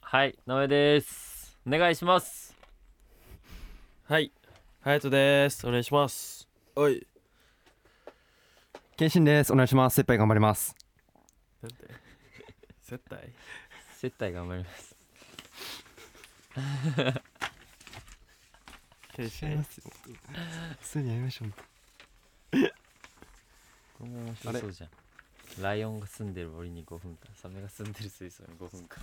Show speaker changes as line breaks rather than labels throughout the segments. はい、なめです。お願いします。
はい。ハヤトです。お願いします。おい。
謙信ですお願いします精一杯頑張ります
なんて。接待。
接待頑張ります。
決
すよすぐにやりましょう
これも面白そうじゃん。ライオンが住んでる森に5分間、サメが住んでる水槽に5分間。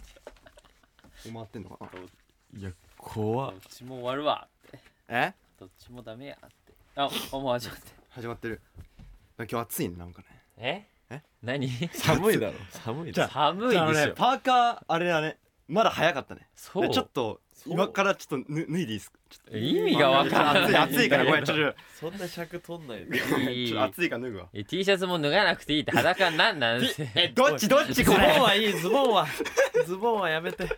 回ってんのかない
や、怖
どっちも終わるわ。
え
どっちもダメやって。あ、あもう始まって。
始まってる今日暑いねなんかね
え
え
何
寒いだろ。 寒いだろ。
寒い
あの
でし
ね
ょ。
パーカーあれだねまだ早かったね
そう
でちょっと
そう
今からちょっとぬ脱いでいいですか
意味がわからない。
暑い暑いか らごめんちょっと
そんな尺取んない
ち
で。
ょっと
いい
ちょっと暑いから脱ぐわ
え T シャツも脱がなくていいって裸になんなんって
えどっちどっ
ズ
ち
ボ
こ
ン
れ
はいい、ズボンは。ズボンはやめて。
はい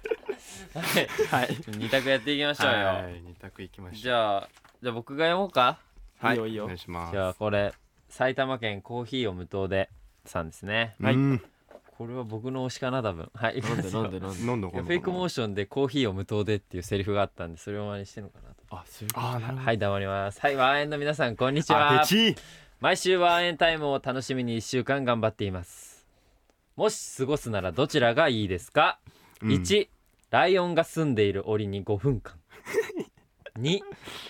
はい
二択やっていきましょうよ、
はい二択いきましょう
じゃあじゃあ僕が読もうか
は
い
い
いよいいよ
お願いします
じゃあこれ埼玉県コーヒーを無糖でさんですね
はい
これは僕の推しかな多分はいいきますよ
なんでなんで。
飲んど
い
こ
や
う
フェイクモーションでコーヒーを無糖でっていうセリフがあったんでそれを真似してるのかなと
あ、すごい。
あーなるほど
はい黙りますはいワンエンの皆さんこんにち
あ
は
ペチー
毎週ワンエンタイムを楽しみに1週間頑張っていますもし過ごすならどちらがいいですか、
うん
1ライオンが住んでいる檻に5分間2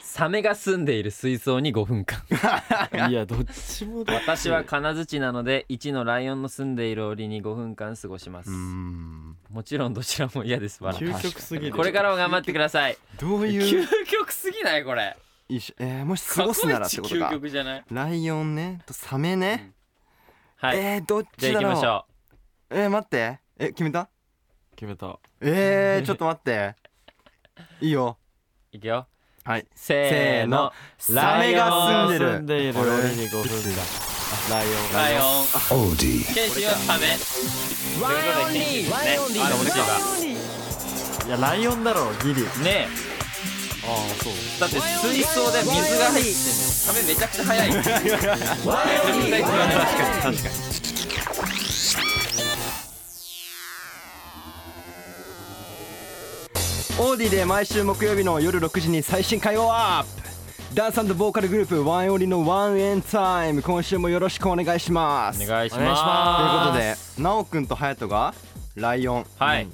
サメが住んでいる水槽に5分間
いや、どっちもだ。
私は金槌なので1のライオンの住んでいる檻に5分間過ごします
うーん
もちろんどちらも嫌ですわ
究極すぎる。
これからも頑張ってください
どうい
究
う
極すぎないこれ
一緒えーもし過ごすならってこと
過
か
去一究極じゃない
ライオンねとサメね
はい、
えー、どっ
じ
ち
ゃあ行
だ
き
ろう
ましょ
えー、待ってえ決めた
決めた。
え ー、ちょっと待っていいよ
ういくよ
はい
せーの
サメが住んで
住んでいる
これ
檻に5分間。あライオン。
ライオン。オーディ。ケンシンはサメ。ワイオンリー。ワイオンリーが落ちた。
いや、ライオンだろ、ギリ。
ね
ああ、そう。
え、だって水槽で水が入ってんのよ。サメめちゃくちゃ速い。ワイオンリー。
確かに確かにオーディで毎週木曜日の夜6時に最新回をアップダンスボーカルグループワンオリのワンエンタイム今週もよろしくお願いします
お願いし
お願いし
ます。
ま
ということでなおくんとハヤトがライオン
はい。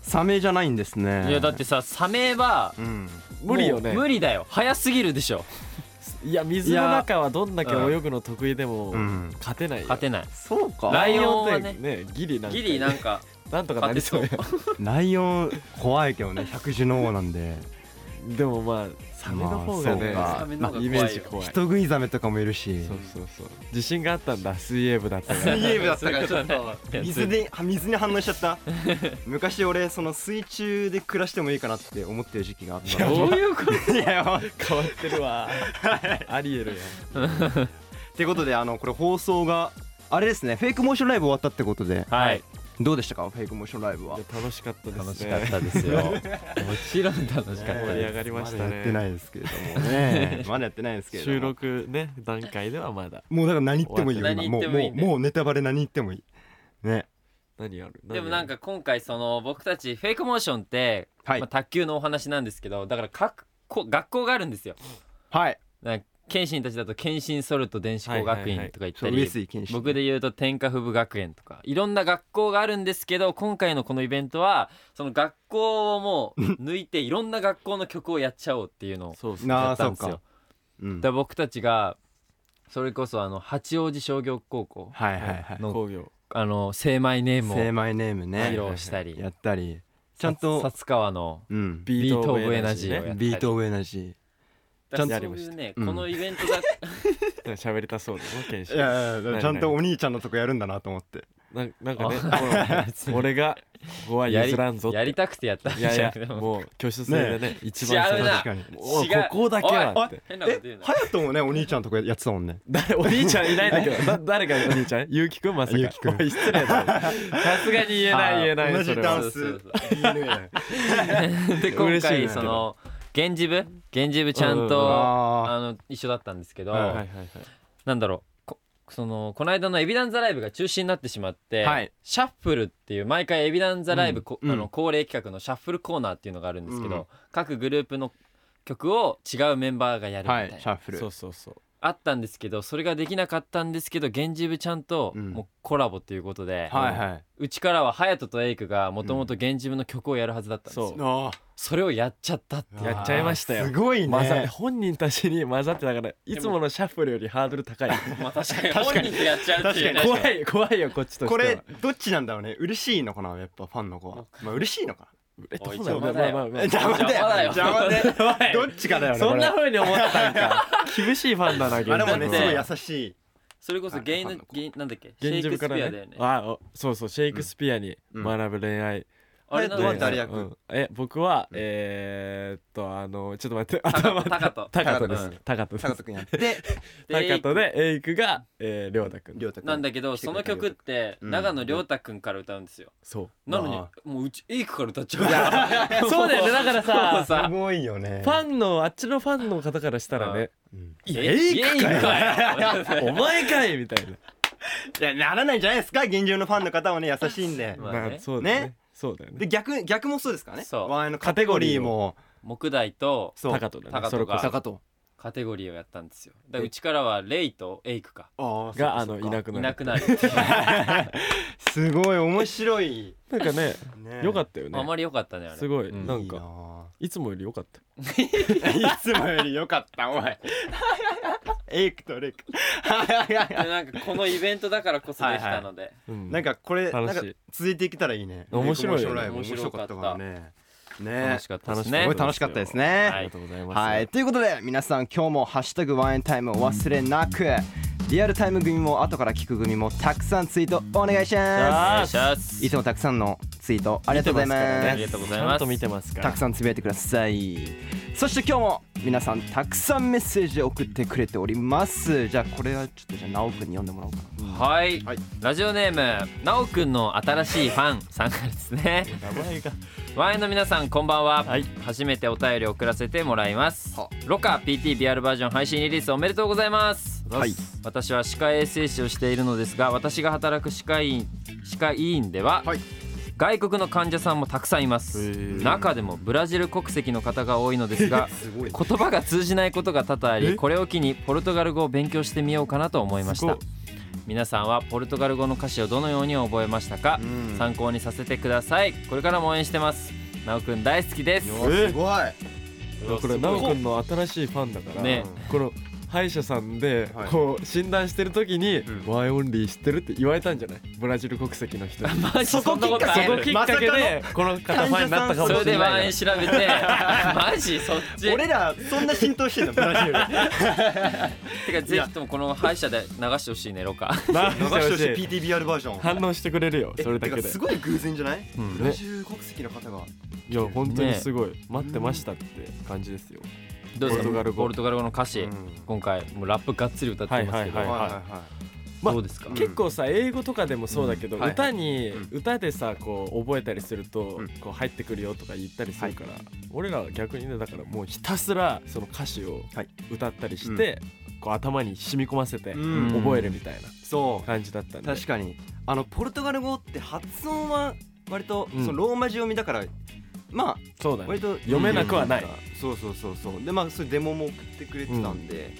サメじゃないんですね
いやだってさサメは
うん
無理よね
もう無理だよ。速すぎるでしょ。
いや水の中はどんだけ
いや
泳ぐの得意でも、
うん
勝てないよ
勝てない。
そうか
ライオンはね
ラねギリなんか
ギリなんか
なんとかな
勝
り
て
そ
そうう。
ライオン怖いけどね百獣の王なんで
でもまあサメの方がね、
まあ
サメの方が怖いよ
イメージ怖い
人食いザメとかもいるし
そうそうそう自信があったんだ水泳部だったから
水泳部だったからちょっ
そういうこと
と
ね
水で水に反応しちゃった 昔俺その水中で暮らしてもいいかなって思ってる時期があった
どういうこと？
いややばいっ
変わってるわ ありえるや
てことであのこれ放送があれですねフェイクモーションライブ終わったってことで
はい。
どうでしたかフェイクモーションライブはい
や楽しかったですね
楽しかったですよ。もちろん楽しかった
盛り上
です。
がりまし
ま
た
だやってな
ね
いですけれども ねまだやってないですけれども
収録ね段階ではまだ
もうだから何言ってもいいよ
終わって
今
る
も
何
う
言ってもいい
も
ん
う
で
もうネタバレ何言ってもいいね
何やる何やる
でもなんか今回その僕たちフェイクモーションって、
はい
まあ、卓球のお話なんですけどだから各校学校があるんですよ。
はい
なんか謙信たちだと謙信ソルト電子工学院とか言った
そう
り、
上杉謙信
僕で言うと天下布武学園とかいろんな学校があるんですけど今回のこのイベントはその学校をもう抜いていろんな学校の曲をやっちゃおうっていうのを
そうそう
なあー
やったんですよ。
そう
だ
か
か
うん
ら僕たちがそれこそあの八王子商業高校
はいはいはい
工業
あの精米ネームを
精米ネームね
披露したり
やったりちゃんと
薩川の
うん
ビートオブエナジーをや
ね
ったり
ビートオブエナジ
だから
ちゃんと
そういうね、
うん
このイベントだ
喋りたそうだな研
ー
修
いやいやいやちゃんと
何
お兄ちゃんのとこやるんだなと思って
なんなんかね
あ
この俺がここは譲らんぞって
やりたくてやったん
い
じゃ
やい
な
や
くても
もう挙手制でね一番
違う
最
な
初
確かに
おい
違う
ここだけは
おい
って
変なこと言うな
ハヤトもねお兄ちゃんのとこやってたもんね
誰お兄ちゃんいないん だけどだ誰がお兄ちゃんゆうきくんまさか
ゆうきくん
おい失礼だろさすがに言え
あ
な
ー
い言えない
同じ
それ
ダ
は
ン
そ
ス
うそう
DNA
で今
嬉しい
回
な
その源氏部源氏部ちゃんと
あ
あの一緒だったんですけど、
はい
はいはいはい
なんだろうこそのこの間のエビダンザライブが中止になってしまって、
はい
シャッフルっていう毎回エビダンザライブ、こ
うん
あの恒例企画のシャッフルコーナーっていうのがあるんですけど、
うん
各グループの曲を違うメンバーがやるみた
はいい
な、
シャッフル
そうそうそう
あったんですけどそれができなかったんですけど源氏部ちゃんと
うん
もうコラボということで、
はいはいう
ちからは隼人とエイクがもともと源氏部の曲をやるはずだったんですよ、
そう
あ
それをやっちゃったっていう
あー
やっちゃいましたよ
すごい
混ざって
ね
本人たちに混ざってたからいつものシャッフルよりハードル高い
まあ確かに
確かに
本人でやっちゃうっていうね
確かに
怖い怖いよこっちとしては
これどっちなんだろうね嬉しいのかなやっぱファンの子はまあ嬉しいのか
えどう
おい邪魔
だ
だよ
まあまあまあ
邪魔だよ
邪魔だよ
邪魔で
い
どっちかだよね
そんな
こ
風に思ってたんか厳しいファンだな現
れあれも
だ
ね
っ
す
て
ごい優しい
それこそ原因
あ
の
のファンの子
原因なんだっけシェイ
現
ク
実
スピ
か
ア
ら
だよ
ね
ね
あおそうそうシェイクスピアに
うん
学ぶ恋愛
あれなんだ
どう
よ
やってあれや
ね
る
う
役
んえ僕は
うん
えーっとあのちょっと待って
高
頭
と高と
高
高
と
田
です高とです
坂田君やって
で
高とでエイクがえー亮太くん
亮太君
なんだけどその曲って
うん
長野亮太くんから歌うんですよ
そう
なのに
あ
もううちエイクから歌っちゃう から
そうだよねだからさ
もう
すごいよね
ファンのあっちのファンの方からしたらね
うん
いや
え
エイクかよ
エイクかよ
お前かいみたいない
やならないんじゃないですか現状のファンの方はね優しいんで
まあね
まあそうだよね
ね
そうだよね
で逆逆もそうですからね
そう
ワンエンのカテゴリーも
木大と
そう
高とだ
高
ね
と
それこ
が
そ
坂と
カテゴリーをやったんですよだからうちからはレイとエイクか
あ
があのいなく
い
な
な
る
くなるっていう
すごい面白い
なんかね
ね
良かったよ
あ
ね
まり良かったねあれ
すごい
うん
なん
いい
か
ない
つもより良かった
いつもより良かったおい エイクとレイク
でなんかこのイベントだからこそできたので
うん
なんかこれなん
楽
か
しい
続いていけたらいいね
面白い
エイ
よ
ク
ね
面白かったからねね
楽しかったです
す
ね
ごい楽しかったです
あ
ね
りがとうございます
はいということで皆さん今日も「ハッシュタグワンエンタイム」お忘れなくリアルタイム組も後から聞く組もたくさんツイートお願いしま
お
あ
願いします
すいつもたくさんのツイートありがとうございます
ありがとうございます
ちゃんと見てますから
たくさんつぶやいてくださいそして今日も皆さんたくさんメッセージを送ってくれておりますじゃあこれはちょっとじゃあ直くんに読んでもらおうかな
はい、
はい
ラジオネームなおくんの新しいファンさんからですね
名前が
ワインの皆さんこんばんは、
はい
初めてお便りを送らせてもらいます
は
ロカ PTBR バージョン配信リリースおめでとうございます
はい
私は歯科衛生士をしているのですが私が働く歯科医院歯科医院では、
はい
外国の患者さんもたくさんいます
へー
中でもブラジル国籍の方が多いのです が
すごい
言葉が通じないことが多々あ
え
りこれを機にポルトガル語を勉強してみようかなと思いまし
すご
た
い
皆さんはポルトガル語の歌詞をどのように覚えましたか
うん
参考にさせてくださいこれからも応援してますなおくん大好きです
うわすごい
これ奈くんの新しいファンだから、
ね
この歯医者さんで
はい
こう診断してる時に
う
「
ん
ワインオンリー知ってる?」って言われたんじゃないブラジル国籍の人に
マジ
そこ
そんなことあ
そこ
る
きっかけ
まさ
でこの方ファンになったか
そ
も
れ
し
で
れ
ワ
な
イ
い
ン調べて マジそっち
俺らそんな浸透 してんのブラジル
てかぜひともこの歯医者で流してほしいねロカ
な
流してほしい
流し
PTBR バージョン
反応してくれるよそれだけ
え
で
てかすごい偶然じゃない
うん
ブラジル国籍の方が
いや本当にすごい、待ってましたって感じですよ
どうぞ
ポルトガル語
ポルトガル語の歌詞、
うん
今回もうラップがっつり歌ってますけど、
はいはい
どうですか、
まあ
結構さ英語とかでもそうだけど、
うんはい
歌に、
う
歌でさこう覚えたりすると、
うん
こう入ってくるよとか言ったりするから、俺らは逆にねだからもうひたすらその歌詞を
はい
歌ったりして、こう頭に染み込ませて
うん
覚えるみたいな
そう
感じだったんで、
確かにあのポルトガル語って発音は割と
うん
そのローマ字読みだから、ま
そう
あ
だね
割と
読めなくはない
んかそうそうそうそうでまあそれデモも送ってくれてたんで、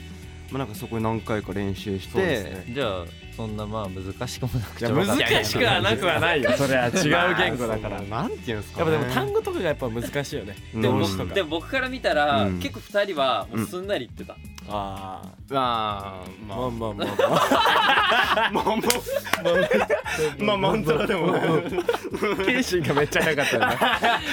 まあなんかそこで何回か練習して
そうですね
じゃあそんなまあ難しくもなく
じゃあ難しくはなくはないよそれは違う言語だから、
ま
やっ
あそのなんていうんですか、
ぱ
ね、
でも単語とかがやっぱ難しいよね
うん
でも
動
僕
詞とか
でも僕から見たら、
うん
結構二人はもうすんなり言ってた、
ああ
まあ
まあ
まあ
まあまあまあ
まあ まあまあマントラでも
謙信がめっちゃ早かったよね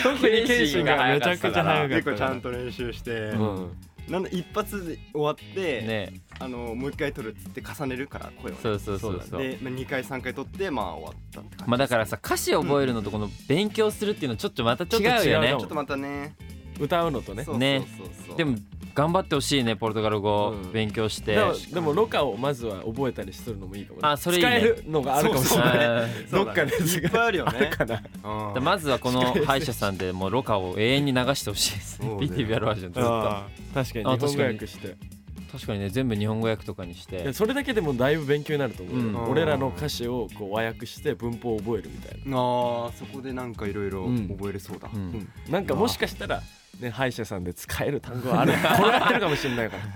特に謙信がめちゃくちゃ早かったな
結構ちゃんと練習して、
うん
なんで一発で終わって、
ね
あのもう一回撮るっつって重ねるから声をね
そうそうそうそう
で、まあ、2回3回撮ってまあ終わったって感じ
まあだからさ歌詞覚えるのとこの勉強するっていうのちょっとまた違うよね
ちょっ
ちょっとまたね
歌うのとね
そう
ね
そうそうそう
でも頑張ってほしいねポルトガル語、
うん
勉強して
でもでもロカをまずは覚えたりするのもいいかもね
あそれいいね
使えるのがあるかもしれない
うん
そ
ど
うだ
っか
ね
で違う
いっぱいあるよね
あるかな
うん
でまずはこの歯医者さんでもうロカを永遠に流してほしいですね
そうだよ
PTBR バージョンずっと
確かに
あ
日本語訳して
確かにね全部日本語訳とかにして
でそれだけでもだいぶ勉強になると思うよ、
うん
俺らの歌詞をこう和訳して文法を覚えるみたい
あーそこでなんかいろいろ
うん
覚えれそうだ、
うん
うん
ななんかもしかしたら、ね、歯医者さんで使える単語はある転がってるかもしれないから
そこ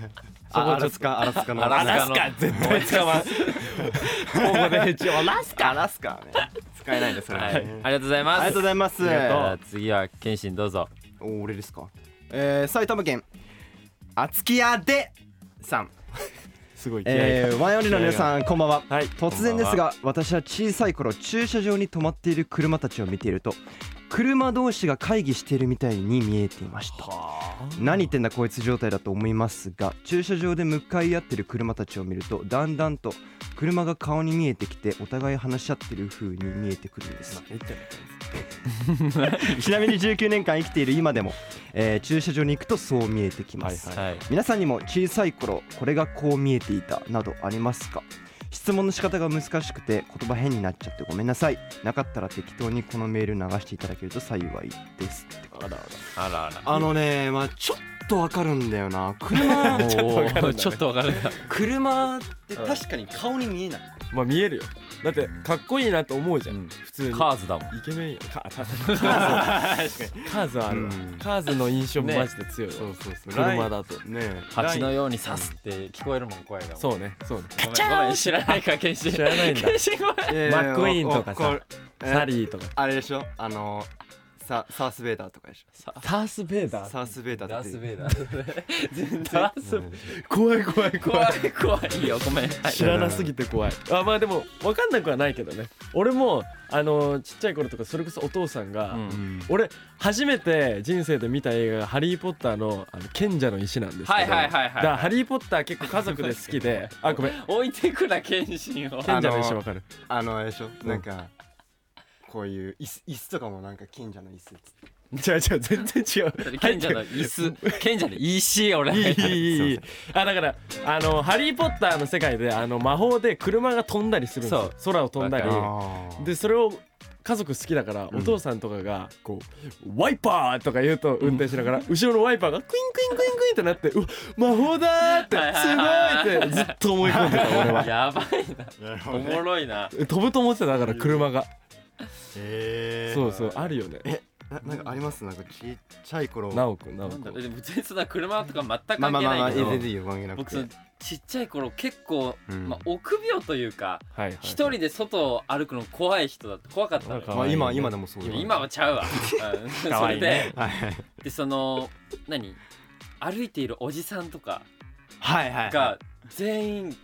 あ
アラスカアラスカの
アラスカ
ラスカ絶対使わんここで一応ラスカ
アラスカね使えないですそれ
は、
はい
ありがとうございます
ありがとうございます
じゃあ次は謙信どうぞ
お俺ですかえー、埼玉県厚木屋でさん
すごい気合い、
えー、ワンオンリーの皆さんこんばんは、
はい
突然ですが私は小さい頃駐車場に止まっている車たちを見ていると車同士が会議しているみたいに見えていました何言ってんだこいつ状態だと思いますが駐車場で向かい合ってる車たちを見るとだんだんと車が顔に見えてきてお互い話し合ってる風に見えてくるんです
言ってない
ちなみに19年間生きている今でも、えー駐車場に行くとそう見えてきます、
はい
はい
皆さんにも小さい頃これがこう見えていたなどありますか質問の仕方が難しくて言葉変になっちゃってごめんなさいなかったら適当にこのメール流していただけると幸いです
あら
あ
あら
らあら
あのねまあちょっとわかるんだよな車
ち
ょっとわかるんだね
ちょっとわかるんだ
車って確かに顔に見えない、
まあ見えるよだってかっこいいなと思うじゃん、
うん
普通に
カーズだもん
イケメンや カーズカーズはあるわ、
うん
カーズの印象
ね
マジで強いわ、
そうそうそう
車だと
ねえ
蜂のように刺すって聞こえるもん声が
そうねそうね
ごめんごめん知らないか謙信
知らないんだ
謙信ごめん
いやい
マ
や
ックイーンとかさ
おおこれ
サリーとか
あれでしょあのササースベイダーとかでしょ
サース・ベイダ
サースベイダー
ダー
って
スベイダーダースベイ
怖い怖い
ダー怖い怖いいいよごめんはい
知らなすぎて怖いあまあでも分かんなくはないけどね俺もあのちっちゃい頃とかそれこそお父さんが、
うん
俺初めて人生で見た映画が「ハリー・ポッターの」あの賢者の石なんですけど
はいはいはいはい
だからハリー・ポッター結構家族で好き であごめん
置いてくな謙信を
賢者の石わかる
あのあれでしょなんかこういう椅子椅子とかもなんか賢者の椅子っつって
違う違う全然違う
賢者の椅子賢者の石俺
いいいいいいいいあだからあのハリー・ポッターの世界であの魔法で車が飛んだりするんですよ空を飛んだり
わかる
で
でそれを家族好きだから、
うん
お父さんとかがこうワイパーとか言うと運転しながら、後ろのワイパーがクインクインクインクインってなってうわ魔法だーって
はいはい
すごいってずっと思い込んでた俺は
やばいな
なるほ
おもろいな
飛ぶと思ってただから車が
え
そうそうあるよね
えななんかありますなんかちっちゃい頃
なおくんなお
な
く
んだ
ん
ろうでも全然な車とか全く
まあ
関
ま
係
あまあま
な
あ
いけ
全
ど
然関係なく
僕
て
そのちっちゃい頃結構
うん
まあ臆病というか
はいはい
一人で外を歩くの怖い人だった怖かったの
なんか
よ
まあ今今でもそうだ
今はちゃうわうん
可
それ
愛いね
で
はい
でその何歩いているおじさんとか
はいはい
が全員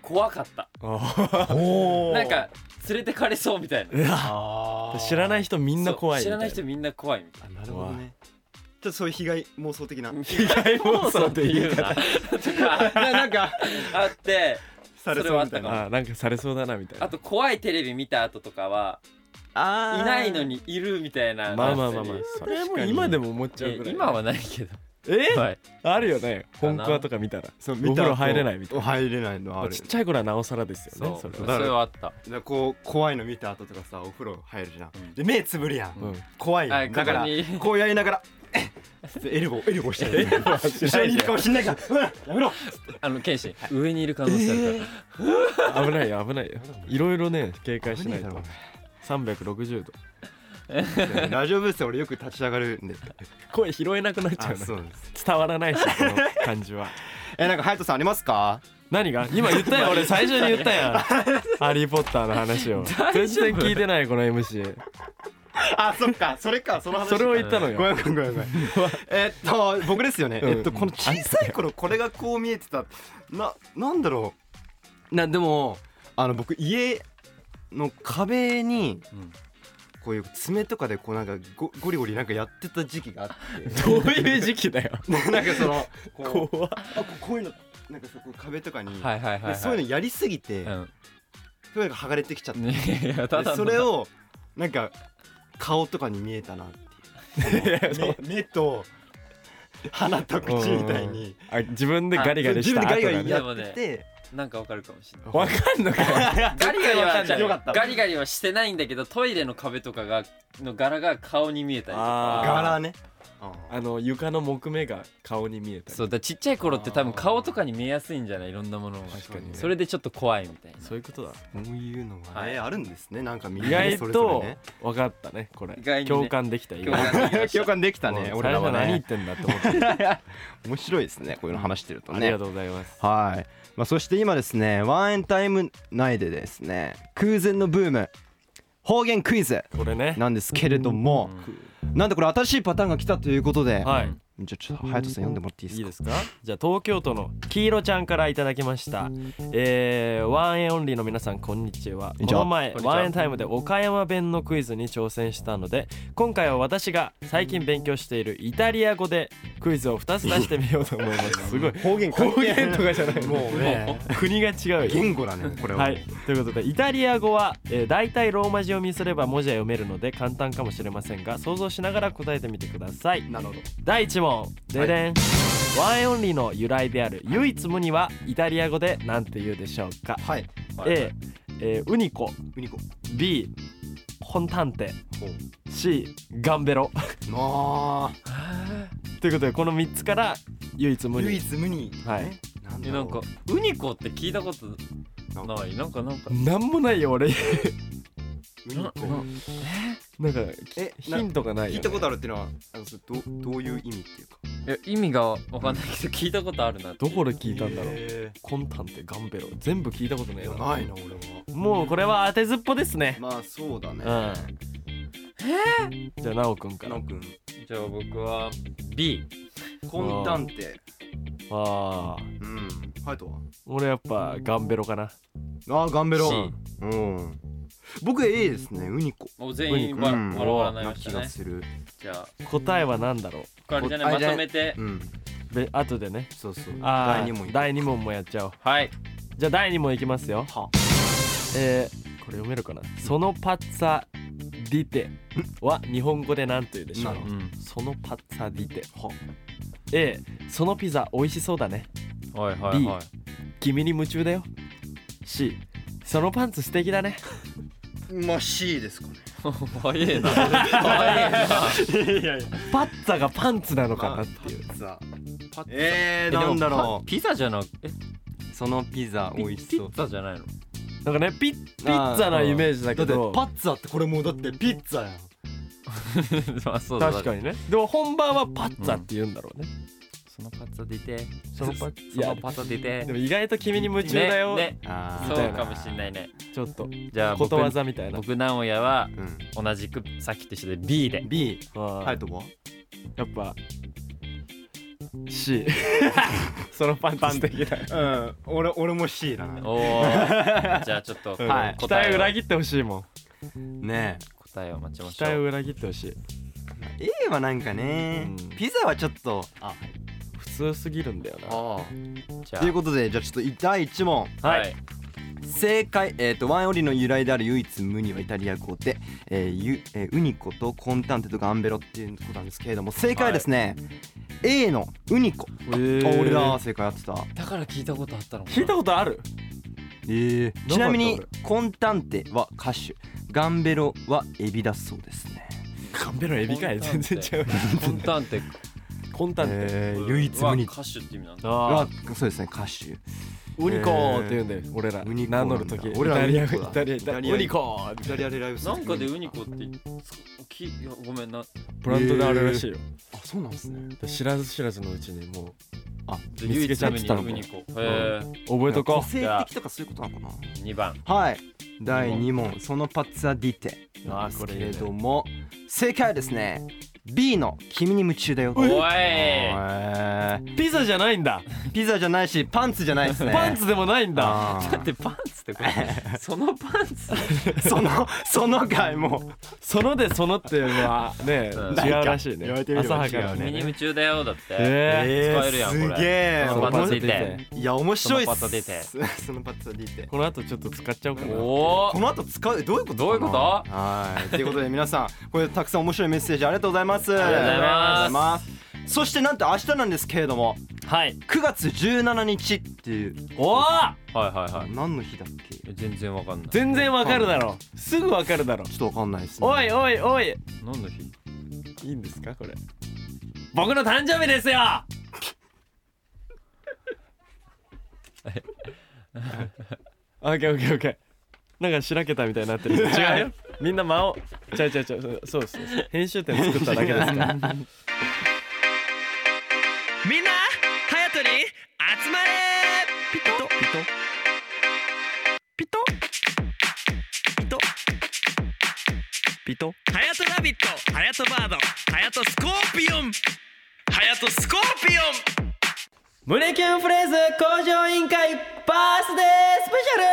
怖かった
あ
お
なんか連れてかれそうみたいな
ーうわ知らないい人みんな怖
そ
い
う知らない
みた
人みんな怖いみたい
なるほどねちょっとそういう被害妄 想的な
な
害妄想って言うな
とか
ななんか
あって
され
それ
そう
はあ
み
ったた
い
か
な
も
あーなんかされそうだなみたいな
あと怖いテレビ見た後とかは
あ
いないのにいるみたいな
まあまあまあま
別
あ
に
それはもう今でも思っちゃう
え
ぐらい
今はないけど
え
はい
あるよね本コアとか見たら
そう
お風呂入れないみたい
な入れない
な
のあ
まあ
る
ちっちゃい頃はなおさらですよね
そ
そうれ
そ
は
れはあった
でこう怖いの見た後とかさお風呂入るじゃん、
うん
で目つぶるやん、
うん
怖いやん、
はい
だから
鏡に
こうやりながらエルボーエルボー してる後ろにいるかもしんないからうんやめろ
あの謙信上にいる可能性あるから
危ないよ危ないよいろいろね警戒しない
危ね
と360度
えだろお前ラジオブースで俺よく立ち上がるんで
声拾えなくなっちゃうな
うです
伝わらないしこの感じは
えなんかハヤトさんありますか
何が今言ったよ俺最初に言ったやん「 ハリー・ポッター」の話を全然聞いてないこの MC
あそっかそれかその話
それを言ったの
ご
よ
めんごめんごめんごめん えっと僕ですよね、
うん
えっとこの小さい頃これがこう見えてたななんだろうなでもあの僕家の壁に
うん
こういう爪とかでこうなんかゴゴリゴリなんかやってた時期があっ
どういう時期だよ
て なんかそのこう
怖っ
あここういうのなんかそこ壁とかに、
はいはいはい、はい、
でそういうのやりすぎて、そういうのが剥がれてきちゃっ
う
て
ん、いやただ
で
の
それをなんか顔とかに見えたなっていうその目目と鼻と口みたいに
あ自分でガリガリ
自
した
分でガリガ
後が
リ
ね
やってて
なんかわかるかもしれない
わかんのか よ
ガリガリは
よかった
ガリガリはしてないんだけどトイレの壁とかがの柄が顔に見えたりと
あ
か
ー
柄ね
あの床の木目が顔に見えたり
そうだちっちゃい頃って多分顔とかに見えやすいんじゃないいろんなものが
確かにね
それでちょっと怖いみたいな
そういうことだ
こういうのが
は
ね、
い
あるんですねなんかみん
意
なね
外
それぞ
と
れね
分かったねこれ
意外にね
共感できた意
共感できました
共感できた
もう
ね
最
俺ら
初
は
何言
ね
ってんだって思った、
面白いですねこういうの話してると
あり
ね
がとうございます
はい、まあ、そして今ですねワンエンタイム内でですね空前のブーム方言クイズ
これね
なんですけれどもなんでこれ新しいパターンが来たということで、
はい
じゃあちょっと隼人さん読んでもらっていいです
いい
か
ですかじゃあ東京都の黄色ちゃんからいただきましたえー、ワンエンオンリーの皆さんこんにちは
こんに
こ
ちは
の前
こんにちは
ワンエンタイムで岡山弁のクイズに挑戦したので今回は私が最近勉強しているイタリア語でクイズを2つ出してみようと思いますすごい
方言
方言とかじゃない
もうね
国が違うよ
言語だねこれは、
はい、ということでイタリア語は、えー、大体ローマ字読みすれば文字は読めるので簡単かもしれませんが想像しながら答えてみてください
なるほど
第1問ででん、ワンエンオンリーの由来である唯一無二はイタリア語で何て言うでしょうか
はい
A、えーウニコ
ウニコ
B ホンタンテ
ほう
C ガンベロ
なあ
ということでこの3つから唯一無
唯
二
一無二
はい
ねなん
え
だろ
な
うん
かウニコって聞いたこと
なんか
ないなんかなんか
なんもないよ俺
ウニコ
なんか
え
ヒ
な
ントがないよね、
聞いたことあるっていうのはあのそれどどういう意味っていうか
いや意味がわかんないけど聞いたことあるなって
どこで聞いたんだろう、
え
コンタンテガンベロ全部聞いたことないよ
ー
な
ないな俺は
もうこれは当てずっぽですね。
まあそうだね
うん。えじゃあ、なおくんから。
な
あ
おくん
じゃあ僕は B
コンタンテ
あー、
うんハヤトは
俺やっぱガンベロかな。
ああガンベ
ロ
うん僕 A ですねウニコ
もう全員
うん
バラバラバラになり
な
まし
気
た
が
ね
する
じゃあ
答えは何だろ
これあれじゃない
あ
ま
じゃあ
とめて
うん
う。べ後でね。
そうそう
ああ、
第二問
第二問もやっちゃおう。
はい
じゃあ第二問いきますよ。
は
えー、これ読めるかな。そのパッツァディテは日本語で何と言うでしょう
な。
うん
そのパッツァディテ。A、そのピザ美味しそうだね。
はいはい はい
君に夢中だよ。C、そのパンツ素敵だね。
まあ C ですかね
早えな 早えな
パッツァがパンツなのかなっていう。
さ
パッえ
えーなんだろ
うピザじゃなくえ
うそのピザ
ピッツァじゃないの
なんかねピッピッツァのイメージだ
だ
け
ってパ
ど
ッツァってこれもうだってピッツァやん
まあそうだ
確かにねでも本番はパッツァって言うんだろうね、
そのパッツァ出て
そのパッ
そのパッツァ出て
でも意外と君に夢中だよ、
ねね
あ
ー
そ
みた
う
いな
かもしんないね
ちょっと
じゃあ
こ
僕
とわざみたいな
僕直哉は
うん
同じくさっきと一緒で B で
B
ハ
は
ヤトは
やっぱ C そのパンツ的な
うん俺俺も C だな
おお ーじゃあちょっと
はい期
答
待
え
を裏
を
切ってほしいもん
ね
答えを待ちま
期
し
待
ょ
を
う
裏切ってほしい
A はなんかね
うん
ピザはちょっとあ
普通すぎるんだよな
あ
じゃ
ということでじゃあちょっとい第1問
あはい
正解えっ、とワンオリの由来である唯一無二はイタリア語で、えーゆえーウニコとコンタンテとガンベロっていうことなんですけれども正解はですね、A のウニコ、
えー
あ俺だ正解やってた
だから聞いたことあったの
聞いたことある
え
た
ちなみに
俺
コンタンテは歌手ガンベロはエビだそうですね
カンベロエビかい
コンタン
全
テ
然違う
コンタンテ
コンタンテ、
えー唯一無二
は歌手って意味なんだ
あ
はそうですね歌手
ーウニコーって言うんだよ俺ら
ウニコー
名乗る時
俺ら
イタリア
ウニコーだ
イタリアイタリアウニコー
イタリアでライブ
なんかでウニコってつきいやごめんな
ブランドであるらしいよ、
あそうなんですね
知らず知らずのうちにも
あ
で
見
唯
つけ
一
ちゃっ
無
て
二
たの
のウニコへ
う覚えとこ
個性的とかそういうことなのかな
え2番
はい第2問そのパッツァディテなんですけれども正解はですね B の「君に夢中だよ」
おい
へ
うピザじゃないんだ
ーピザじゃないしパンツじゃないですね
パンツでもないんだ
あー
だってパンツってこ れそのパンツ
そのその回も
そのでそのっていうのはね
うん
違うらしいね
言われてみれば
浅はかな
違う
ミ
ね
ニ夢中だよだって
え
使えるやんこれ
すげえ
そ
ー
のパッツ
面
ァ
白い
出て
いや面白いっ
そのパッツァディ
す そのパッツァディテ
この後ちょっと使っちゃおうかな
お
こ
お
の後使うどういうこと
どういうこと
はいということで皆さんこれたくさん面白いメッセージありがとうございます
ありがとうございます
ありがとうございますそしてなんと明日なんですけれども
はい
9月17日っていう
おー
はいはいはい
何の日だっけちょ
全然わかんない
全然わかるだろすぐわかるだろ
っとわかんないですね
おいおいおい
何の日
いいんですかこれ僕の誕生日ですよオッケーオッケーオッケーなんかしらけたみたいになってる違うよ みんな間を違う違う違うそうそうそう編集点作っただけですから
みんなハヤトに集まれピトピトピトピトピトハヤトラビットハヤトバードハヤトスコーピオンハヤトスコーピオン
胸キュンフレーズ向上委員会バースデースペシャル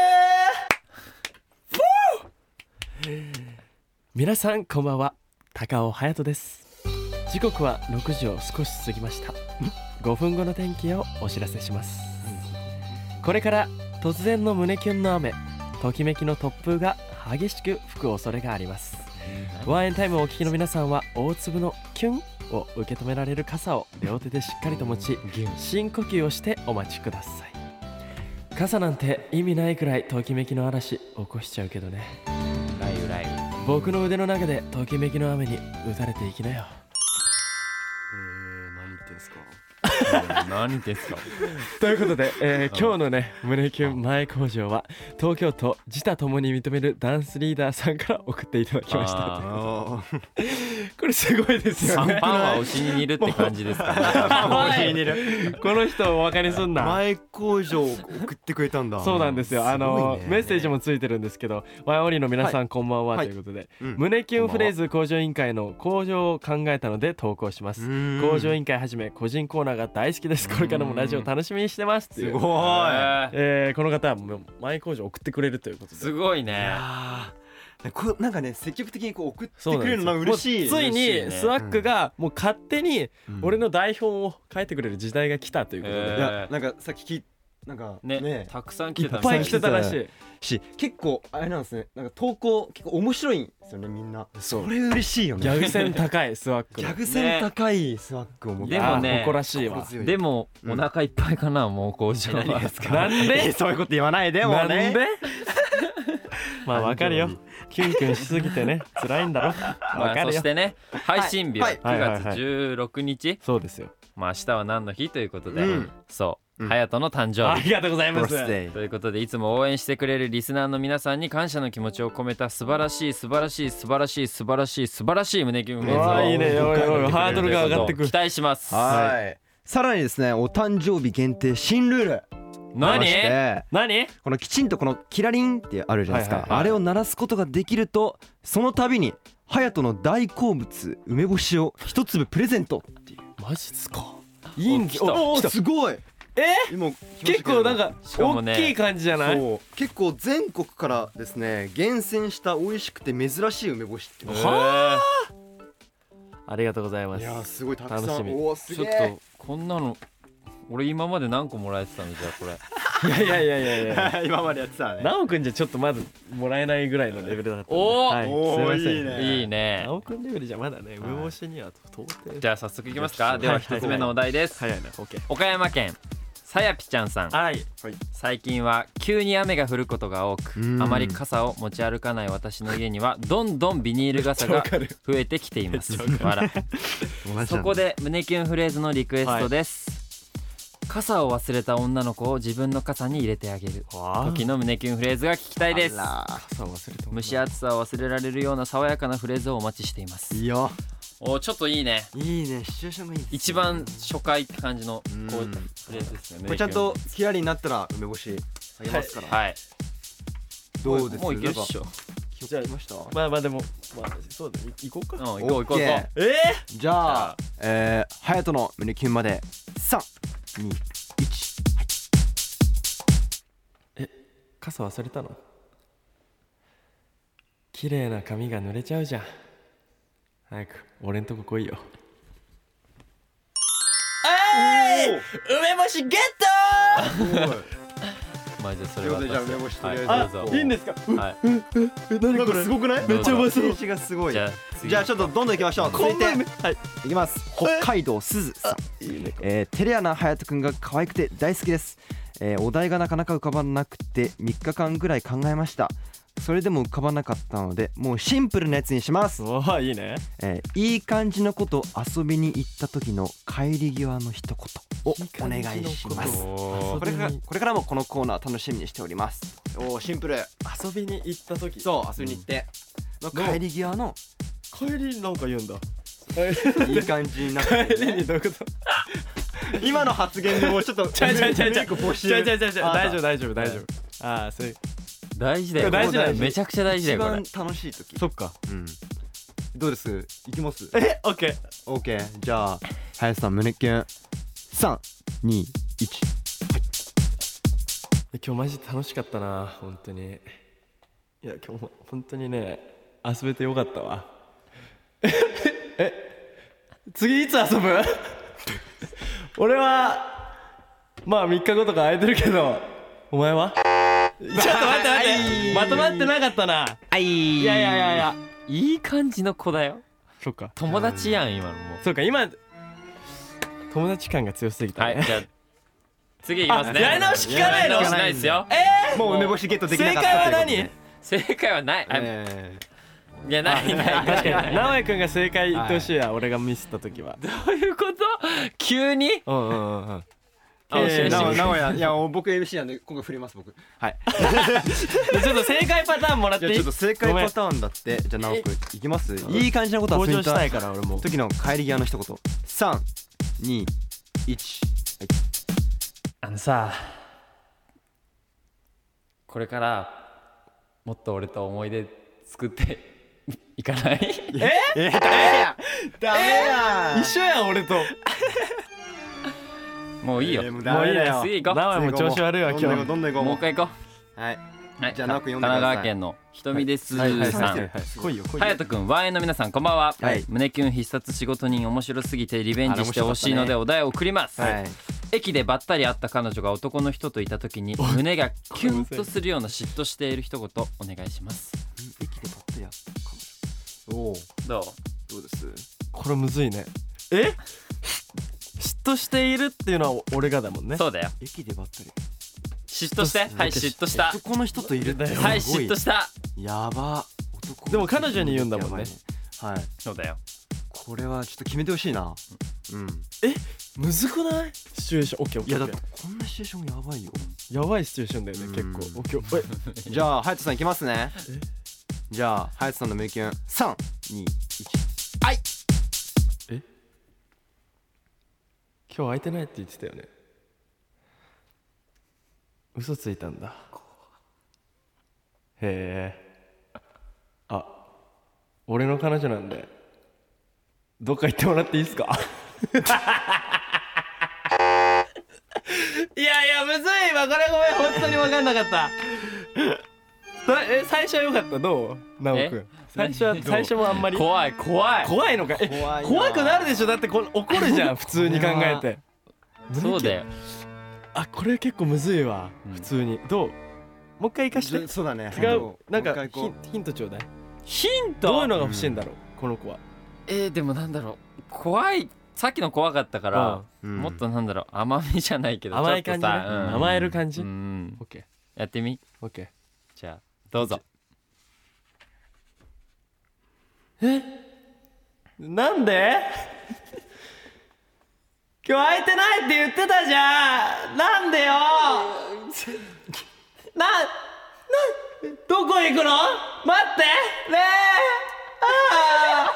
皆さんこんばんは高尾隼人です時刻は6時を少し過ぎました5分後の天気をお知らせしますこれから突然の胸キュンの雨ときめきの突風が激しく吹く恐れがありますワンエンタイムをお聞きの皆さんは大粒のキュンを受け止められる傘を両手でしっかりと持ち深呼吸をしてお待ちくださ い 傘なんて意味ないくらいときめきの嵐起こしちゃうけどね
雷雨雷雨
僕の腕の中でときめきの雨に打たれていきなよ
何言ってんすか
何ですか
ということで、えー今日のね胸キュン前工場は東京都自他ともに認めるダンスリーダーさんから送っていただきました
あ
あ
これすごいですよ
3
ね
パンは推しに似るって感じですかね
この人をバカにすんな
前工場送ってくれたんだ
そうなんですよ。あの
すごいね
メッセージもついてるんですけど、ワイオリの皆さんこんばんはということで、
うん
胸キュンフレーズ向上委員会の向上を考えたので投稿しま
う
す。
ーん
向上委員会はじめ個人コーナーが大好きです。これからもラジオ楽しみにしてますってい
す
う。
ごい
えーこの方はもう前工場送ってくれるということ
す
で。
ごいね
あーこうなんかね積極的にこう送って
そう
くれるのが嬉しい
もう
嬉
つい
しい
に
ね
スワックがもう勝手に
うん
俺の台本を書いてくれる時代が来たということ
え
で
いやなんかさっき聞いなんかね
ねたくさん来てた
いっ
み
ぱ
た
い来てたらしい
し結構あれなんですねなんか投稿結構面白いんですよねみんな
そ
これ嬉しいよね
ギャグ線高いスワック
ギ
の
ャグ線高いスワックを持って
でもね
あー誇らしいわ
心強い
でも
うん
お腹いっぱいかなもう工場は
何ですかなんで
そういうこと言わないで
なんでまあわかるよ
誕
キュンキュンしすぎてね辛いんだろわ
まあ、
か
そ
るよ
してね配信日は
はい
9月16日、
そうですよ
まあ明日は何の日ということで、
うん
そう、
うん
隼人の誕生
あ
日
りがとうございます
デ
ということでいつも応援してくれるリスナーの皆さんに感謝の気持ちを込めた素晴らしい素晴らしい素晴らしい素晴らしい素晴らしい胸キュンフレ
うわ
ーズを
いいねおいおいハードルが上がってくる
期待します
はい、
さらにですねお誕生日限定新ルールありま
何
して
何
このきちんとこのキラリンってあるじゃないですか、
はいはいはい
あれを鳴らすことができるとその度に隼人の大好物梅干しを一粒プレゼント
マジっすかいいんき
お来た
お
すごい
え
今
結構なんか
しかも
大
ね
きい感じじゃない
そう結構全国からですね厳選した美味しくて珍しい梅干しっていうのが
は
ありがとうございま
い
す
やーすごいたくさ
楽し
ん
み
おおす
ちょ
げ
っ
え
とこんなの俺今まで何個もらえてたのじゃあこれ
いやいやいやいやい や
今までやってたね
なおくんじゃちょっとまだもらえないぐらいのレベルだったんで
おー
はい
おー
すいません
いいね
いいね
なおくんレベルじゃまだね梅干しには到底
じゃあ早速いきますか
よし
では一つ目のお題です、
早いなオッケー
岡山県さやぴちゃんさん
はい
最近は急に雨が降ることが多く
うん
あまり傘を持ち歩かない私の家にはどんどんビニール傘
わ
が
かる
増えてきてい ます
めっ
笑
同じ
そこで胸キュンフレーズのリクエストです、傘を忘れた女の子を自分の傘に入れてあげる
わ
時の胸キュンフレーズが聞きたいです
傘忘れて
蒸し暑さを忘れられるような爽やかなフレーズをお待ちしています
いや
おちょっといいね
いいねシチュエーションがいいですね
一番初回って感じのこう
うん
フレーズですね
これちゃんとキラリになったら梅干しあげますから、
はい
どうです
もういけるっ
なんか
しょ
気をつけました
まあまあでもまあそうだね行こう
うん
か
行こう行こう行こう
オッケー
え
じゃあ、えー、ハヤトの胸キュンまで321
傘忘れたの綺麗な髪が濡れちゃうじゃん早く俺んとこ来いよ梅干しゲッ
まあじゃあそ
と
れ
いうこ
は
とでじゃあ梅干しとり
は
あ
い
え
どう
ず
ぞ
いいんですか
はい
え何
なん
こ
か
れ
すごくない
めっちゃうまそう
梅干しがすごい
じゃあ次
じゃあちょっとどんどんいきましょう続いて
はい
いきます
北海道すずさん
いいね
えー、テレアナ隼人くんが可愛くて大好きです、えーお題がなかなか浮かばなくて3日間ぐらい考えました
それでも浮かばなかったのでもうシンプルなやつにします、
おおいいね
えーいい感じの子と遊びに行った時の帰り際の一言をお願いします
こ
これからこれからもこのコーナー楽しみにしております
おおシンプル
遊びに行った時
そう遊びに行って、
の
帰り際の
帰りなんか言うんだ
いい感じにな っ
帰りにどういう こと
今の発言でもうちょっと
ちゃうちゃうちゃうちゃう
メイク募集
ちゃちゃちゃちゃ
あ
大丈夫大丈夫大丈夫ああそういう
大事だよ
これ大事だよ
めちゃくちゃ大事だ
一
よこ
番
れ
楽しい時
そっか
うんどうです行きます
えオッケー
オッケーじゃあ
林さん胸キュン321
今日マジ楽しかったな本当にいや今日も本当にね遊べてよかったわえ次いつ遊ぶ 俺はまあ3日後とか空いてるけどお前 はちょっと待って待ってまとまってなかったな
あい
いやいやいやいや
いい感じの子だよ
そっか
友達やん今のも
そうか今友達感が強すぎ
う
た、
は
ね
いじゃあ次いきますね
あやり直し聞かないの
やり直しないですよ
もう梅干しゲットでき
正
な
解
かった
は
と
何
いう
正解はない
こと
あ
でえ
いやないない
確
な
か
い
に直江君が正解言ってほしいや、俺がミスった時は
どういうこと急に
うんうんうんうん
あ教え
ー
て
なお
ほしい
なおやいや僕 MC なんで今回振ります僕はい
ちょっと正解パターンもらっ
じ
てい
ゃあち
い
ょっと正解
ごめん
パターンだってじゃあ直くいきますい
い
い
い感じのこと
登
遊び
場
に
し
行った
たいから俺も
時の帰り際の一言321
あのさこれからもっと俺と思い出作っていかない
ダメや
一緒やん俺と
もういいよ、
も
もうい
う
い
だ
ね
よ
次行こ
名前も調子悪いわ今日
どんどんどんどん行こう
もう一回行こ
はい。
う、はい、
じゃあ直君読
神
んでください
奈川県の瞳ですさ
はいは
ん
い
来いよ来いよ
はやとくん、ワンエンの皆さん、こんばんは。
はい
胸キュン必殺仕事人、面白すぎてリベンジしてほしいので、
あ
お題を送ります、
はい。
駅でばったり会った彼女が男の人といた時に、胸がキュンとするような嫉妬している一言、お願いします。
駅で撮ってやったかも。おお。
どう
どうです。
これむずいねえ嫉妬しているっていうのは俺がだもんね
そうだよ。
駅でばったり。
嫉妬して。はい、嫉妬した。
男の人といるんだよ。
はい、嫉妬
し。
した。
やば。男。
でも彼女に言うんだもんね
やばい。はい。
そうだよ。
これはちょっと決めてほしいな。うん。
むずくないシチュエーションオッケーオッ
い
ケ
や
ー
だ
オ
っ
ッ
てこんなシチュエーションやばいよ。
ケーやばいシチュエーションだよね
う
結
ん
構オッケーおい
じゃあハヤトさんいきますね。じゃあハヤトさんの名言三二一。
今日空いてないって言ってたよね嘘ついたんだへえあ俺の彼女なんでどっか行ってもら っていいですかいやいやむずいわこれごめん本当に分かんなかった だえ最初は良かったどう直くん
え
最初は
どう
最初もあんまり
怖い、怖い。
怖いのかえ
怖いな
怖くなるでしょだってこれ怒るじゃん普通に考えて
そうだよ。
あこれ結構むずいわ、
うん
普通にどうもう一回生かして
そうだね。
違うなん
も
か
一回
ヒ
こ
ンヒントちょうだい
ヒント
どういうのが欲しいんだろう、この子は
えー、でもなんだろう。怖い。さっきの怖かったから、
う
もっとなんだろう、甘みじゃないけ
うん
ど、
甘い感じ、ね
ちょっとさうん
甘える感じ、
うん
オッケー
やってみ
オッケー
じゃあどうぞ
なんで今日空いてないって言ってたじゃんなんでよな、な、どこ行くの待ってね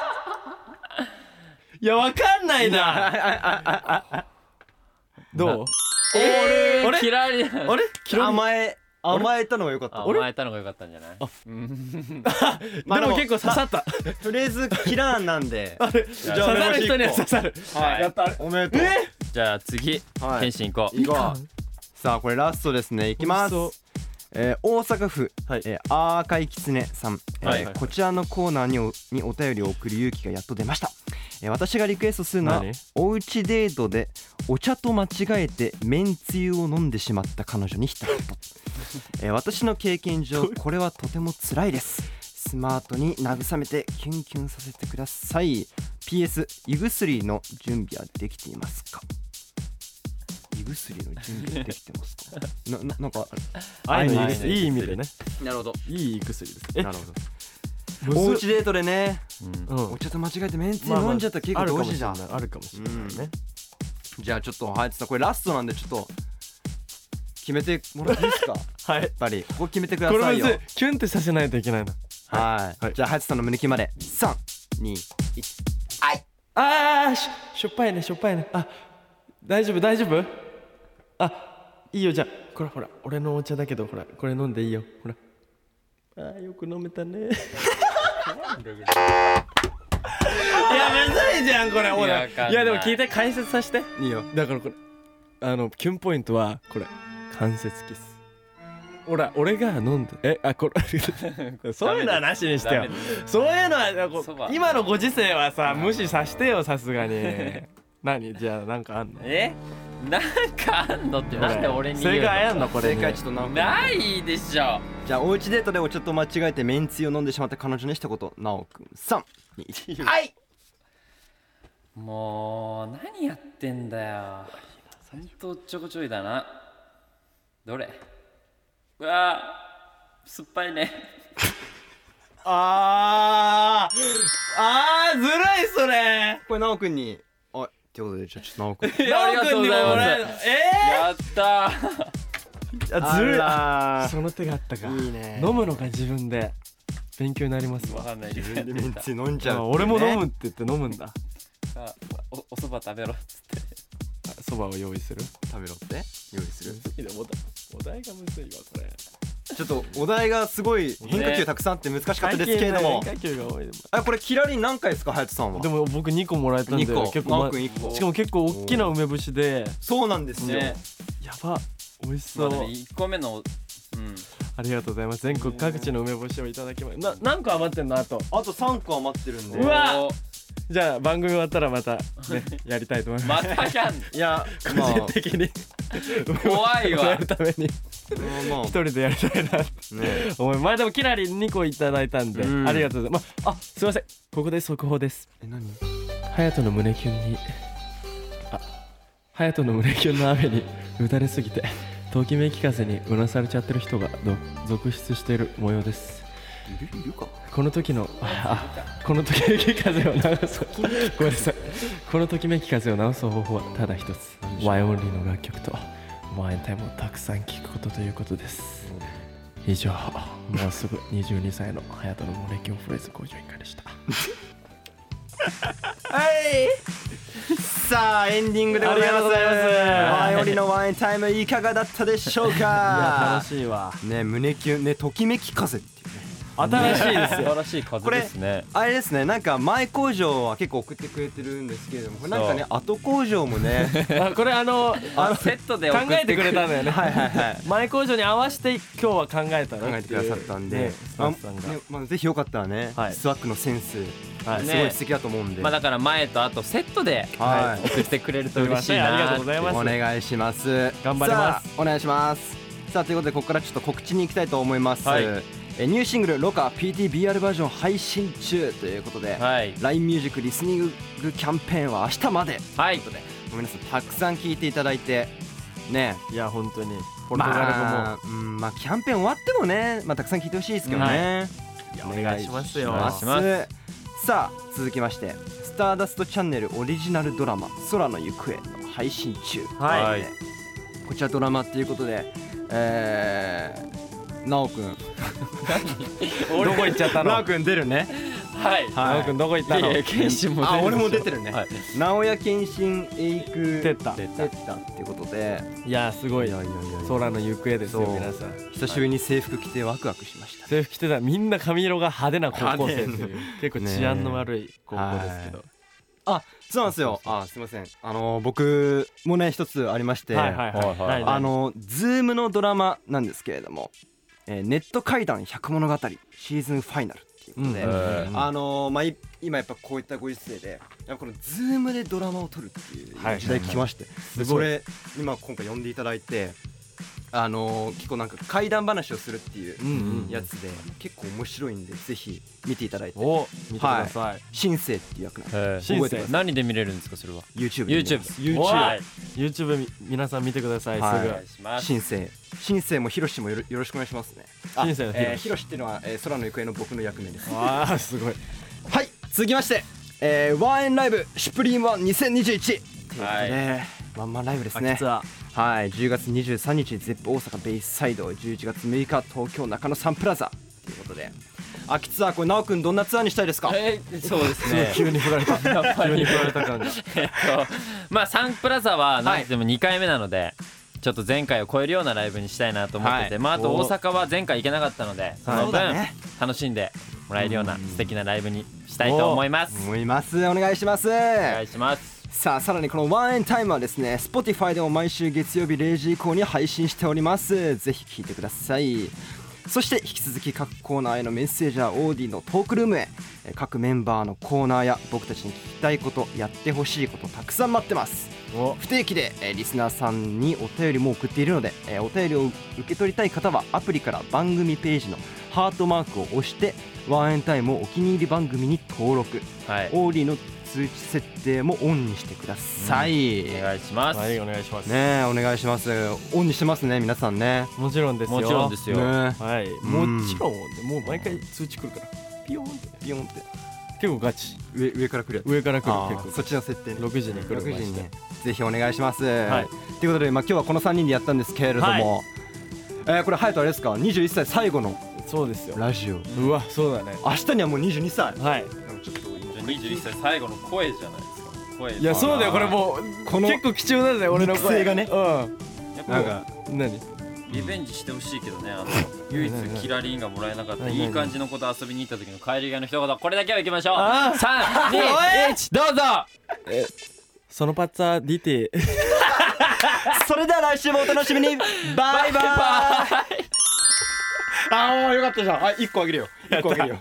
えあーいや、わかんないなどう
え
あれ
嫌いだ
あれ
甘え甘えたのが良かった。
甘えたのが良かったんじゃない
まあ
でも結構刺さった
とりあえずキラーな んで。
刺さる人には刺さる
はい。やった。おめでとう。
じゃあ次
はい
謙信行こう
いこう。さあこれラストですね。いきます。えー大阪府、
はい
えーアーカイキツネさん、えー
はいはい
こちらのコーナーにおにお便りを送る勇気がやっと出ました、えー私がリクエストするのは
何
おうちデートでお茶と間違えてめんつゆを飲んでしまった彼女に一言、 えー私の経験上これはとても辛いですスマートに慰めてキュンキュンさせてください PS 湯薬の準備はできていますか
胃
薬の準備できてますか なななんか
愛のいい
愛の
薬いい意味でね
なるほど
いい薬です
なるほどおうちデートでね
うん
うん
お茶と間違えてめんつゆ
まあまあ
飲んじゃったら結構どうしいじゃん
あるかもしれないあるかもしれないね
じゃあちょっとはやてさんこれラストなんでちょっと決めてもらってい いですかやっ
はい
ぱりここ決めてくだ
こ
さ
れ
いよ
まずキュンってさせないといけないな
はい、
はい
じゃあはやてさんの胸キュンまで321
あーししょっぱいねしょっぱいねあ大丈夫大丈夫あいいよじゃあこれほら俺のお茶だけどほらこれ飲んでいいよほらあーよく飲めたねいやむずいじゃんこれほ
いや
ら
わかんない
いやでも聞いて解説させて
いいよ
だからこれあのキュンポイントはこれ関節キスほら俺が飲んでえあ これそういうのはなしにしてよ
ダメです
そういうのはこ
そば
今のご時世はさ無視させてよさすがに何じゃあなんかあんの
えなんかあんのってなんで俺に言う
正
の
解あんのこれ
正
に
解ちょっとな
ないでしょ
じゃあおうちデートでお茶と間違えてめんつゆを飲んでしまった彼女に一言なおくん3はい
もう何やってんだよほんとおっちょこちょいだなどれうわー酸っぱいね
あーあーずるいそれ
これなおくんにあってことでじゃあちょっとなおくん
やありがとうございます
ナオ君にももらえるのえ
やったー
ー あずるいあ
あ
その手があったか
いいね
飲むのが自分で勉強になります
わ
わ
かんない自
ら
分
ーめんつゆ飲んじゃう
あ
っていうね
俺も飲むって言って飲むんだ
おおそば食べろっつって
あそばを用意する
食べろって用意する
お題がむずいわこれ
ちょっとお題がすごい変化球たくさんあって難しかったですけれども
階級が多いで
あこれキラリン何回ですか隼人さん
も
は
でも僕2個もらえたんで
2個
結
な
構、
おくん1個
しかも結構大きな梅干しで
そうなんですよ
ね
やば美味し
ま
そ
あ
う
でも1個目のうん
ありがとうございます全国各地の梅干しをいただきまな何個余ってんのあと
あと3個余ってるんで
うわ
お
じゃあ番組終わったらまたねやりたいと思いま
またやん
いや
す
まあ
個人的に
怖 いわ
やるために
まあま
一人でやりたいなと
あね
思いまあでもキラリン2個いただいたんで
うん
ありがとうございますまああすいませんここで速報です
え何
隼人の胸キュンにあ隼人の胸キュンの雨に 打たれすぎてときめき風にうなされちゃってる人がど続出している模様です
いるいるか
この時のああこのときめき風を直すごめんなさいこのときめき風を直す方法はただ一つワイオンリーの楽曲とワインタイムをたくさん聴くことということです以上もうすぐ22歳の隼人の胸キュンフレーズ工場委員会でした
さあエンディングでござ
あり
います
がとうございます
ワイオリのワインタイムいかがだったでしょうか
しいわ
ね胸キュンねときめき風っていうね
新しいです
素晴らしい風ですね
あれですねなんか前工場は結構送ってくれてるんですけれどもこれなんかね後工場もね
あこれあの
あセットで
考
送って
えてくれたんだよね
はいはいはい
前工場に合わせて今日は考えたの
考えてくださったんで、
ねスタッフさんが
あねまあ、ぜひよかったらね、
はい
スワックのセンス、
はい
すごい素敵だと思うんで、
まあだから前と後セットで
はい
送ってくれると嬉しい
すいませ
な
んありがとうございます
お願いします
頑張ります
さあお願いしますさあということでここからちょっと告知に行きたいと思います、
はい
えニューシングル「ロカ PTBR バージョン」配信中ということで、
はい、
LINE ミュージックリスニングキャンペーンは明日まで
はい、
ごめんなさいたくさん聞いていただいてね
いや本当にポルトガル語も、
まあうんまあキャンペーン終わってもね、まあ、たくさん聞いてほしいですけどね、
はい
お願いしますよ
お願いし
お
ますさあ続きまして「スターダストチャンネル」オリジナルドラマ「空の行方」の配信中、
はい
こちらドラマっていうことでえー、なおくん
どこ行っちゃったの
くん出るね
はい、
ナオ君どこ行ったの
いやいや剣心も出るでしょ
あ俺も出てるね
はい
直哉謙信エイク
出た
出たっていうことで
いやすごい空の行方ですよ
そう
皆さん
久しぶりに制服着てワクワクしました
制服着てたみんな髪色が派手な高校生とい
派
う結構治安の悪い高校ですけど、
そうなんですよあすいませんあのー僕もね一つありまして、
はいはいはい
はいはい
何々
あのズームのドラマなんですけれども、えーネット怪談百物語シーズンファイナルっていうことで、
うん
うん
あのーまあい今やっぱこういったご時世で、やっぱこのズームでドラマを撮るっていう
はい
時代聞きまして、
い
でそれ今今回呼んでいただいて、あのー結構なんか怪談話をするっていう
うんうん
やつで、結構面白いんでぜひ見ていただいて
お見てください、
新生っていう役なんで
え
シンセ
何で見れるんですかそれは
YouTube で見れます
YouTube
は
はいい
YouTube み皆さん見てください、
はい
す
お願いします
新生新生もヒロシもよろよろしくお願いしますねあ
新生のヒロシ
えーヒロシっていうのは、えー空の行方の僕の役目です
ぐわあすごい
はい続きまして、えーワンエンライブシュプリームワン2021
はい
ねワンマンライブです
秋
ね
ツアー
はい10月23日ゼップ大阪ベイサイド11月6日東京中野サンプラザということで秋ツアーこれ奈くんどんなツアーにしたいですか
えーそうですね
急に振られた
やっぱ
急に
り
振られた感が
えっとまあサンプラザは何でも2回目なので、ちょっと前回を超えるようなライブにしたいなと思ってて、
はい
まあ、あと大阪は前回行けなかったので、その
そう
分
だね
楽しんでもらえるような素敵なライブにしたいと思います。
思いますお願いします
お願いします。
さあさらにこのワンエンタイムはですね Spotify でも毎週月曜日0時以降に配信しておりますぜひ聞いてくださいそして引き続き各コーナーへのメッセージはオーディのトークルームへえー各メンバーのコーナーや僕たちに聞きたいことやってほしいことたくさん待ってます
お
不定期で、えーリスナーさんにお便りも送っているので、えーお便りを受け取りたい方はアプリから番組ページのハートマークを押してワンエンタイムをお気に入り番組に登録
はい、
オーリーの通知設定もオンにしてください、
お
ね
願いします。
はいお願いします、
えお願いしますオンにしてますね皆さんね
もちろんですよ
もちろんですよ。
ね
はい
ん
もちろんもう毎回通知来るからピヨーンって
えビヨンって
結構ガチ
上上から来るや
上から
つあ
来る
ー
結
そっちの設定
構
ね
6時に来る
6時に
マジ
ね
で
ぜひお願いします、
はい
ということで、まあ、今日はこの3人でやったんですけれども、
はい
えーこれ隼人あれですか21歳最後の
そうですよ
ラジオ
うわそうだね
明日にはもう22歳
はい
ちょっと
21歳最後の声じゃないですか。声
いやそうだよ
あー
これもう
この
結構貴重なんだよ俺の声
肉声がね
う
やっ
なん
ぱ
か
ん何
リベンジしてほしいけどね、あの唯一キラリンがもらえなかった
ないない
いい感じの子と遊びに行った時の帰り際の一言、これだけは行きましょう。
あー
三二一どうぞ。
そのパッツァ出て
それでは来週もお楽しみにバイバイああよかったじゃんあ1個あげるよ1個あげるよ